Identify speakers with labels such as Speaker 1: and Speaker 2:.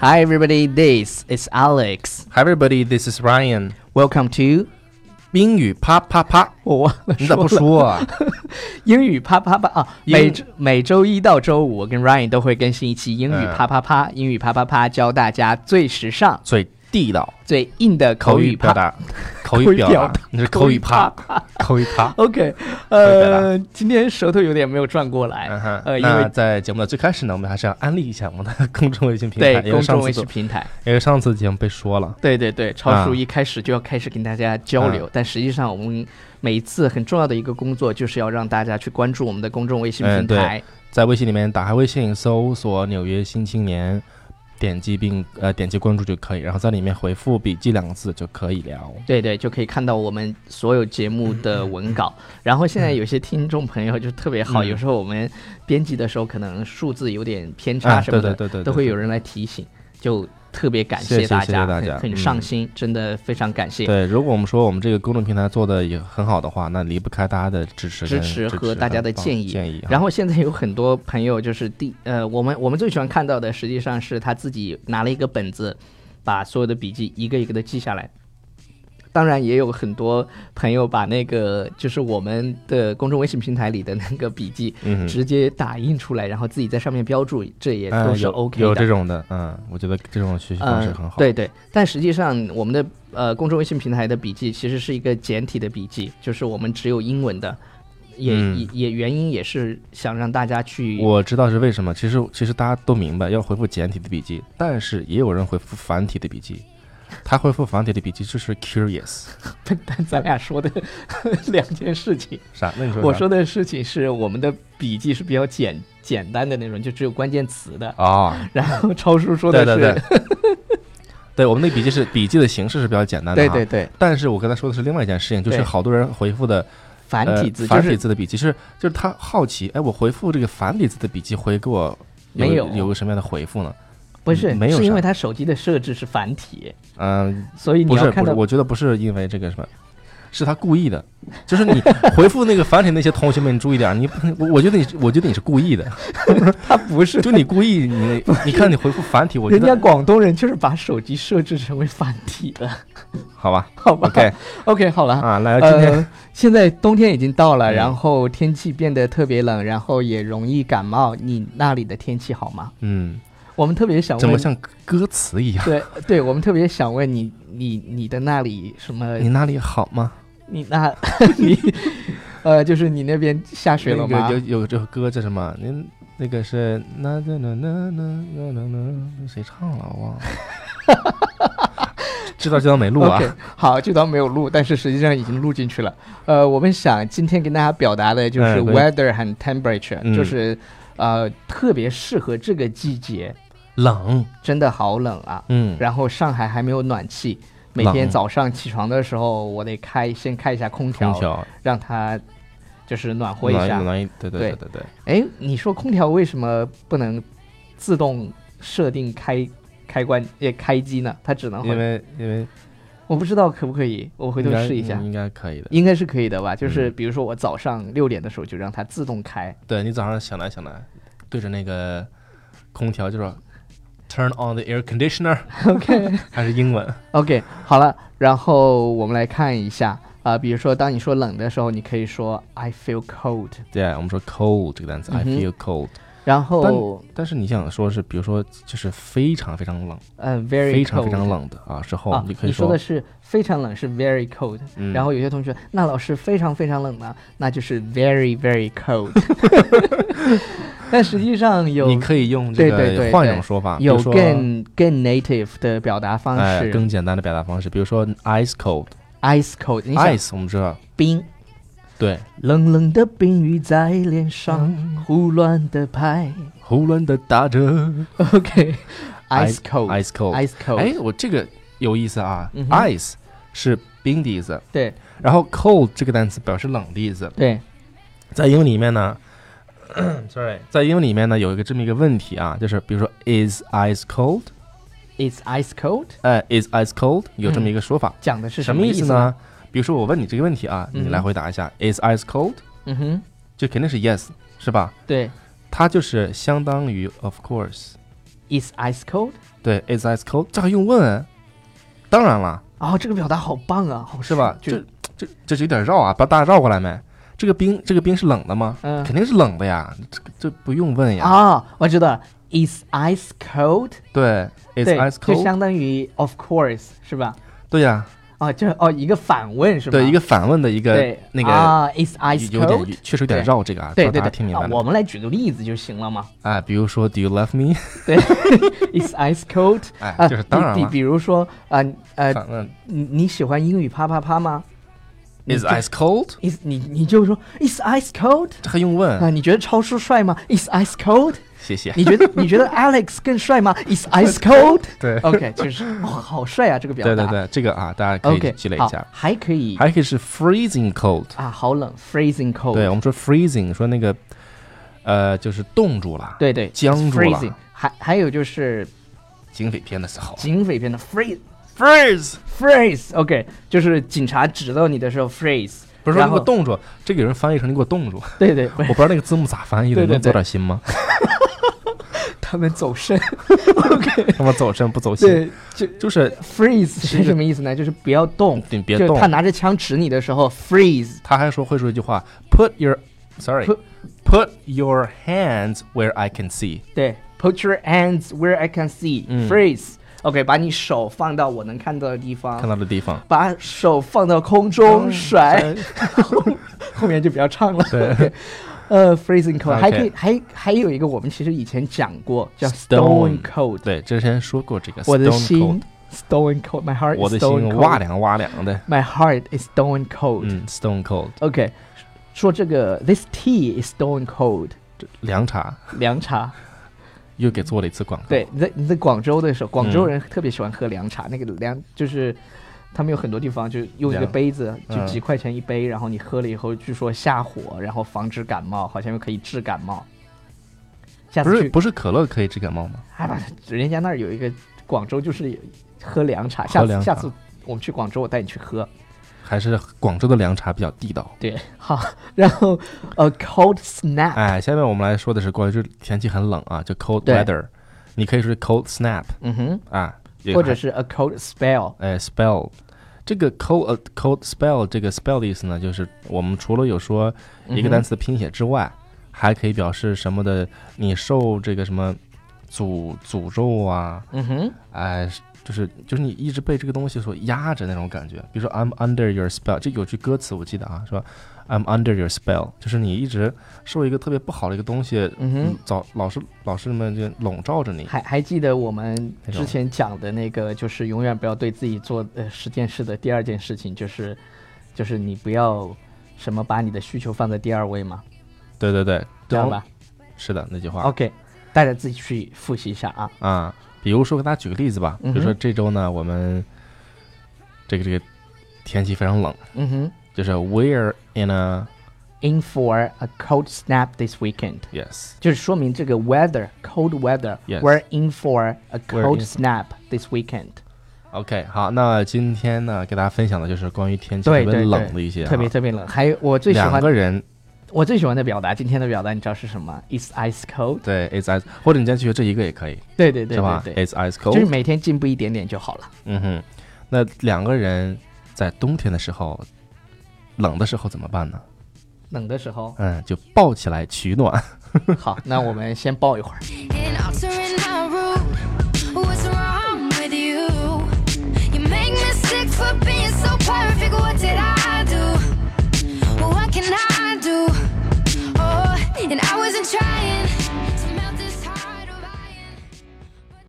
Speaker 1: Hi, everybody. This is Alex.
Speaker 2: Hi everybody, this is Ryan。
Speaker 1: Welcome to
Speaker 2: 英语啪啪啪，
Speaker 1: 我忘了
Speaker 2: 你咋
Speaker 1: 说
Speaker 2: 不
Speaker 1: 了
Speaker 2: 说啊？
Speaker 1: 英语啪啪啪啊！
Speaker 2: 英
Speaker 1: 每周每周一到周五，我跟 Ryan 都会更新一期英语
Speaker 2: 嗯
Speaker 1: 啪啪啪。英语啪啪啪教大家最时尚、
Speaker 2: 最地道，
Speaker 1: 最硬的
Speaker 2: 口
Speaker 1: 语
Speaker 2: 语
Speaker 1: 啪
Speaker 2: 表。达， 口
Speaker 1: 口语
Speaker 2: 语表
Speaker 1: 表
Speaker 2: 达
Speaker 1: 达，
Speaker 2: 你是口语啪，口语啪。
Speaker 1: OK，
Speaker 2: 口
Speaker 1: 呃，今天舌头有点没有转过来
Speaker 2: 嗯哼，，
Speaker 1: 呃，因
Speaker 2: 那
Speaker 1: 为
Speaker 2: 在节目的最开始呢，我们还是要安利一下我们的公众微信平台，
Speaker 1: 对
Speaker 2: 因为
Speaker 1: 公
Speaker 2: 上
Speaker 1: 众微
Speaker 2: 次
Speaker 1: 信
Speaker 2: 都
Speaker 1: 平台，
Speaker 2: 因为上次节目被说了，
Speaker 1: 对对对，超叔
Speaker 2: 啊
Speaker 1: 一开始就要开始跟大家交
Speaker 2: 嗯
Speaker 1: 流，但实际上我们每一次很重要的一个工作就是要让大家去关注我们的公众微信
Speaker 2: 嗯
Speaker 1: 平
Speaker 2: 对
Speaker 1: 台。
Speaker 2: 在微信里面打开微信搜索“纽约新青年”，点击并呃点击关注就可以，然后在里面回复“笔记”两个字就可以了。
Speaker 1: 对对，就可以看到我们所有节目
Speaker 2: 嗯
Speaker 1: 的文稿。然后现在有些听众朋友就特别好，
Speaker 2: 嗯
Speaker 1: 有时候我们编辑的时候可能数字有点偏差
Speaker 2: 啊
Speaker 1: 什么的，
Speaker 2: 对对对对对
Speaker 1: 都会有人来提醒，就特别感
Speaker 2: 谢谢
Speaker 1: 大
Speaker 2: 谢谢
Speaker 1: 家，
Speaker 2: 大
Speaker 1: 很
Speaker 2: 家
Speaker 1: 很
Speaker 2: 嗯
Speaker 1: 上心，真的非常感谢。
Speaker 2: 对，如果我们说我们这个公众平台做的也很好的话，那离不开大家的支持
Speaker 1: 支
Speaker 2: 跟、
Speaker 1: 持
Speaker 2: 支持
Speaker 1: 和大家的
Speaker 2: 帮
Speaker 1: 建议
Speaker 2: 建议啊。
Speaker 1: 然后现在有很多朋友就是第呃，我们我们最喜欢看到的，实际上是他自己拿了一个本子，把所有的笔记一个一个的记下来。当然，也有很多朋友把那个就是我们的公众微信平台里的那个笔记
Speaker 2: 嗯
Speaker 1: 直接打印出来，然后自己在上面标注，这也
Speaker 2: 嗯
Speaker 1: 都是
Speaker 2: 有
Speaker 1: OK
Speaker 2: 有
Speaker 1: 的呃嗯
Speaker 2: 这。种的，嗯，我觉得这种学习方式很好。
Speaker 1: 对对，但实际上我们的呃公众微信平台的笔记其实是一个简体的笔记，就是我们只有英文的，也、
Speaker 2: 嗯
Speaker 1: 也也原因也是想让大家去
Speaker 2: 我知道是为什么。其实其实大家都明白，要回复简体的笔记，但是也有人回复繁体的笔记。他回复繁体的笔记就是 curious
Speaker 1: 笨蛋， 咱俩说的两件事情。
Speaker 2: 啥？那你说啥
Speaker 1: 我说的事情是我们的笔记是比较简简单的那种，就只有关键词的。
Speaker 2: 啊、
Speaker 1: 然后超叔说的
Speaker 2: 对
Speaker 1: 是，
Speaker 2: 对对， 对我们那个笔记是笔记的形式是比较简单的、
Speaker 1: 对
Speaker 2: 啊，
Speaker 1: 对对
Speaker 2: 但是我刚才说的是另外一件事情，就是
Speaker 1: 对
Speaker 2: 好多人回复的
Speaker 1: 繁
Speaker 2: 呃
Speaker 1: 体字就
Speaker 2: 繁体
Speaker 1: 是
Speaker 2: 字的笔记是就是他好奇，哎，我回复这个繁体字的笔记回给我
Speaker 1: 没
Speaker 2: 有
Speaker 1: 有
Speaker 2: 有个什么样的回复呢？
Speaker 1: 不是
Speaker 2: 嗯没有
Speaker 1: 是因
Speaker 2: 啥
Speaker 1: 为他手机的设置是繁体，
Speaker 2: 嗯、
Speaker 1: 所以你
Speaker 2: 不
Speaker 1: 要
Speaker 2: 是
Speaker 1: 看
Speaker 2: 不是，
Speaker 1: 到
Speaker 2: 我觉得不是因为这个什么，是他故意的，就是你回复那个繁体那些同学们，你注意点儿，你我我觉得你我觉得你是故意的，
Speaker 1: 他 不是
Speaker 2: 就你故意 你你看你回复繁体，我觉
Speaker 1: 人家
Speaker 2: 得
Speaker 1: 广东人就是把手机设置成为繁体的，
Speaker 2: 好吧
Speaker 1: 好吧
Speaker 2: ，OK
Speaker 1: OK，好了。
Speaker 2: 啊，来今天、
Speaker 1: 呃，现在冬天已经到了，
Speaker 2: 嗯
Speaker 1: 然后天气变得特别冷，然后也容易感冒。你那里的天气好吗？
Speaker 2: 嗯，
Speaker 1: 我们特别想问，
Speaker 2: 怎么像歌词 一样？
Speaker 1: 对对，我们特别想问你，你你的那里什么？
Speaker 2: 你
Speaker 1: 你
Speaker 2: 那里好吗？
Speaker 1: 那 你呃，就是你那边下雪了吗
Speaker 2: 那？个有有这首歌叫什么？您那个是那那那那那那那那谁唱了？我忘了。知道知道没录啊
Speaker 1: OK，好，这段没有录，但是实际上已经录进去了。呃，我们想今天跟大家表达的就是
Speaker 2: 嗯对
Speaker 1: weather 和 temperature，、
Speaker 2: 嗯
Speaker 1: 就是呃特别适合这个季节，
Speaker 2: 冷，
Speaker 1: 真的好冷啊。
Speaker 2: 嗯，
Speaker 1: 然后上海还没有暖气，每
Speaker 2: 冷
Speaker 1: 天早上起床的时候，我得开先开一下空调，
Speaker 2: 空调
Speaker 1: 让它就是暖和一下
Speaker 2: 暖。暖一，对对
Speaker 1: 对
Speaker 2: 对对对。
Speaker 1: 哎，你说空调为什么不能自动设定开开关也开机呢？它只能
Speaker 2: 因
Speaker 1: 回，
Speaker 2: 为因为
Speaker 1: 我不知道可不可以，我回头
Speaker 2: 应该
Speaker 1: 试一下
Speaker 2: 嗯。应该嗯可以的。
Speaker 1: 应该是可以的吧？就是比如说我早上六点的时候就让它自动开，
Speaker 2: 对你早上醒来醒来，对着那个空调就说 “Turn on the air conditioner”。OK，还是英文。
Speaker 1: OK，好了，然后我们来看一下啊、比如说当你说冷的时候，你可以说 I feel cold，
Speaker 2: 对，我们说 “cold” 这个单词，I
Speaker 1: 嗯哼
Speaker 2: feel cold。
Speaker 1: 然后
Speaker 2: 但是你想说是，比如说就是非常非常冷。
Speaker 1: 嗯、v e r y
Speaker 2: 非常非常
Speaker 1: cold
Speaker 2: 冷的啊时候，
Speaker 1: 啊，
Speaker 2: 你可以
Speaker 1: 你说的是非常冷是 very cold，、
Speaker 2: 嗯
Speaker 1: 然后有些同学那老师非常非常冷呢，那就是 very very cold，但实际上有
Speaker 2: 你可以用
Speaker 1: 对
Speaker 2: 这
Speaker 1: 对对
Speaker 2: 个换一种说法，比
Speaker 1: 有
Speaker 2: 如说
Speaker 1: 更更 native 的表达方
Speaker 2: 哎
Speaker 1: 式、
Speaker 2: 更简单的表达方式，比如说 ice cold，ice
Speaker 1: i c e cold，你想
Speaker 2: 我们知道，
Speaker 1: 冰。
Speaker 2: 对，
Speaker 1: 冷冷的冰雨在脸上
Speaker 2: 嗯
Speaker 1: 胡乱的 拍。
Speaker 2: 胡乱的打着
Speaker 1: OK，ice cold，ice
Speaker 2: ice cold，
Speaker 1: cold，
Speaker 2: 哎，我这个有意思啊
Speaker 1: 嗯哼
Speaker 2: ，ice 是冰的意思，
Speaker 1: 对
Speaker 2: 然后 cold 这个单词表示冷的意思，
Speaker 1: 对，
Speaker 2: 在英文里面呢 ，sorry，在英文里面呢有一个这么一个问题啊，就是比如说 is ice cold，
Speaker 1: it's ice cold，
Speaker 2: 哎，is ice cold 有
Speaker 1: 嗯
Speaker 2: 这么一个说法，
Speaker 1: 讲的是
Speaker 2: 什
Speaker 1: 么
Speaker 2: 么意
Speaker 1: 思
Speaker 2: 思？呢？比如说我问你这个问题啊，
Speaker 1: 嗯
Speaker 2: 你来回答一下、Is ice cold？
Speaker 1: 嗯哼，
Speaker 2: 就肯定是 yes，是吧？
Speaker 1: 对
Speaker 2: 它就是相当于 of course，
Speaker 1: ，it's ice cold，
Speaker 2: 对，is ice cold，这还用问、啊当然了，
Speaker 1: 哦，这个表达好棒啊，好
Speaker 2: 是 吧？
Speaker 1: 就
Speaker 2: 这这这是有点绕啊，把大家绕过来没？这个冰，这个冰是冷的吗？
Speaker 1: 嗯
Speaker 2: 肯定是冷的呀，这这不用问呀。
Speaker 1: 啊，我知道了，is ice cold，
Speaker 2: 对，is
Speaker 1: 对
Speaker 2: ice
Speaker 1: 就
Speaker 2: cold，
Speaker 1: 相当于 of course 是吧？
Speaker 2: 对呀，
Speaker 1: 哦，就是哦一个反问是吧？
Speaker 2: 对一个反问的一个
Speaker 1: 对
Speaker 2: 那个
Speaker 1: 啊，is ice
Speaker 2: 有点
Speaker 1: cold，
Speaker 2: 确实有点
Speaker 1: 对
Speaker 2: 绕这个啊，不知
Speaker 1: 对
Speaker 2: 道
Speaker 1: 对
Speaker 2: 大家
Speaker 1: 对，
Speaker 2: 听明
Speaker 1: 啊
Speaker 2: 白
Speaker 1: 我
Speaker 2: 了
Speaker 1: 们来举个例子就行了嘛。
Speaker 2: 啊？比如说 Do you love me？
Speaker 1: 对 ，is ice cold 啊，
Speaker 2: 哎，就是当然
Speaker 1: 比
Speaker 2: 了
Speaker 1: 比，比如说啊呃，
Speaker 2: 反问
Speaker 1: 你你喜欢英语啪啪啪吗
Speaker 2: is ice cold，
Speaker 1: is 你你就说 is ice cold
Speaker 2: 这还用
Speaker 1: 啊、
Speaker 2: 问？
Speaker 1: 你觉得超叔帅吗？is ice cold？
Speaker 2: 谢谢。
Speaker 1: 你觉得你觉得 Alex 更帅吗？is ice cold？
Speaker 2: 对
Speaker 1: OK，就是哦，好帅啊，这个表
Speaker 2: 对
Speaker 1: 达。
Speaker 2: 对对，这个啊，大家可
Speaker 1: OK，
Speaker 2: 以积累一
Speaker 1: 好
Speaker 2: 下，。
Speaker 1: 还可以
Speaker 2: 还可以是 freezing cold，
Speaker 1: 啊，好冷，freezing cold。
Speaker 2: 对我们说 freezing，说那个呃，就是冻住了，
Speaker 1: 对对
Speaker 2: 僵住了
Speaker 1: freezing。还还有就是
Speaker 2: 警匪片的时候
Speaker 1: 警匪片的 freeze
Speaker 2: ，freeze，
Speaker 1: freeze。OK，就是警察指到你的时候 freeze。
Speaker 2: 不是说
Speaker 1: 然
Speaker 2: 你
Speaker 1: 后
Speaker 2: 给我冻住，这个有人翻译成你给我冻住，
Speaker 1: 对 对，不
Speaker 2: 我
Speaker 1: 是
Speaker 2: 不知道那个字幕咋翻译的，
Speaker 1: 对对
Speaker 2: 你能做
Speaker 1: 对
Speaker 2: 点 心吗？
Speaker 1: 他们走肾。
Speaker 2: 他妈走肾不走 心，
Speaker 1: 对，就
Speaker 2: 就是。
Speaker 1: freeze
Speaker 2: 一
Speaker 1: 是
Speaker 2: 个
Speaker 1: 什么意思呢？就是不要动。
Speaker 2: 你别
Speaker 1: 就
Speaker 2: 动
Speaker 1: 是，他拿着枪指你的时候，freeze
Speaker 2: 他还说会说一句话，put your，sorry，put
Speaker 1: Put-
Speaker 2: your hands where I can see。
Speaker 1: 对，put your hands where I can see，freeze、
Speaker 2: 嗯
Speaker 1: OK，把你手放到我能看到的地方
Speaker 2: 看，到的地方。
Speaker 1: 把手放到空中嗯甩，
Speaker 2: 哎
Speaker 1: 后面就不要唱了。
Speaker 2: 对
Speaker 1: OK，呃，freezing cold
Speaker 2: OK
Speaker 1: 还可以，还还有一个我们其实以前讲过叫
Speaker 2: Stone
Speaker 1: stone cold，
Speaker 2: 对，之前说过这个。
Speaker 1: 我的心 stone cold，my heart is
Speaker 2: 我的
Speaker 1: stone
Speaker 2: 心哇
Speaker 1: cold，my
Speaker 2: 凉哇凉的。
Speaker 1: heart is stone cold。
Speaker 2: 嗯，Stone Cold
Speaker 1: OK，说这个 this tea is stone cold，
Speaker 2: 凉茶
Speaker 1: 凉茶。
Speaker 2: 又给做了一次广告。
Speaker 1: 对，你在你在广州的时候，广州
Speaker 2: 嗯
Speaker 1: 人特别喜欢喝凉茶，那个凉就是他们有很多地方就用一个
Speaker 2: 凉
Speaker 1: 杯子，就
Speaker 2: 嗯
Speaker 1: 几块钱一杯，然后你喝了以后，据说下火，然后防止感冒，好像又可以治感冒。下
Speaker 2: 不
Speaker 1: 次
Speaker 2: 是
Speaker 1: 去，
Speaker 2: 不是可乐可以治感冒吗？
Speaker 1: 哎不是人家那儿有一个广州就是有喝凉茶，下
Speaker 2: 喝
Speaker 1: 次
Speaker 2: 凉
Speaker 1: 下
Speaker 2: 茶
Speaker 1: 次我们去广州，我带你去喝。
Speaker 2: 还是广州的凉茶比较地道。
Speaker 1: 对，好，然后呃，cold snap，
Speaker 2: 哎，下面我们来说的是关于就是天气很冷啊，就 cold
Speaker 1: 对
Speaker 2: weather，你可以说是 cold snap
Speaker 1: 嗯哼，
Speaker 2: 啊，也
Speaker 1: 或者
Speaker 2: 还
Speaker 1: 是 a cold spell，
Speaker 2: 哎 spell。这个 cold 呃 cold spell 这个 spell 的意思呢，就是我们除了有说一
Speaker 1: 嗯
Speaker 2: 个
Speaker 1: 哼
Speaker 2: 单词的拼写之外，还可以表示什么的，你受这个什么诅诅咒啊，
Speaker 1: 嗯哼，
Speaker 2: 哎，就是就是你一直被这个东西所压着那种感觉。比如说 I'm under your spell，这有句歌词我记得啊，说 I'm under your spell，就是你一直受一个特别不好的一个东西，
Speaker 1: 嗯哼。
Speaker 2: 早老是老是那么就笼罩着你。
Speaker 1: 还还记得我们
Speaker 2: 那种
Speaker 1: 之前讲的那个，就是永远不要对自己做呃十件事的第二件事情，就是就是你不要什么把你的需求放在第二位嘛，
Speaker 2: 对对对，
Speaker 1: 知道吧哦
Speaker 2: 是的，那句话
Speaker 1: ？OK，大家自己去复习一下啊。
Speaker 2: 啊。比如说，给大家举个例子吧，比
Speaker 1: 嗯哼
Speaker 2: 如说这周呢，我们这个这个天气非常冷，
Speaker 1: 嗯哼
Speaker 2: 就是 We're in a
Speaker 1: ，In for a cold snap this weekend，
Speaker 2: yes，
Speaker 1: 就是说明这个 weather cold weather，we're
Speaker 2: Yes
Speaker 1: in for a
Speaker 2: We're
Speaker 1: cold
Speaker 2: in-
Speaker 1: snap this weekend，
Speaker 2: OK，好，那今天呢，给大家分享的就是关于天气特
Speaker 1: 对
Speaker 2: 别
Speaker 1: 对对
Speaker 2: 冷的一些啊，
Speaker 1: 特别特别冷。还有我最喜
Speaker 2: 两
Speaker 1: 欢
Speaker 2: 个人
Speaker 1: 我最喜欢的表达，今天的表达你知道是什么？Is ice cold？
Speaker 2: 对，it's ice，或者你再去学这一个也可以，
Speaker 1: 对对对
Speaker 2: 是吧
Speaker 1: 对对，
Speaker 2: ？It's ice
Speaker 1: 就是
Speaker 2: cold。
Speaker 1: 每天进步一点点就好了。
Speaker 2: 嗯哼，那两个人在冬天的时候，冷的时候怎么办呢？，
Speaker 1: 冷的时候
Speaker 2: 嗯，就抱起来取暖。
Speaker 1: 好，那我们先抱一会儿。
Speaker 3: and altering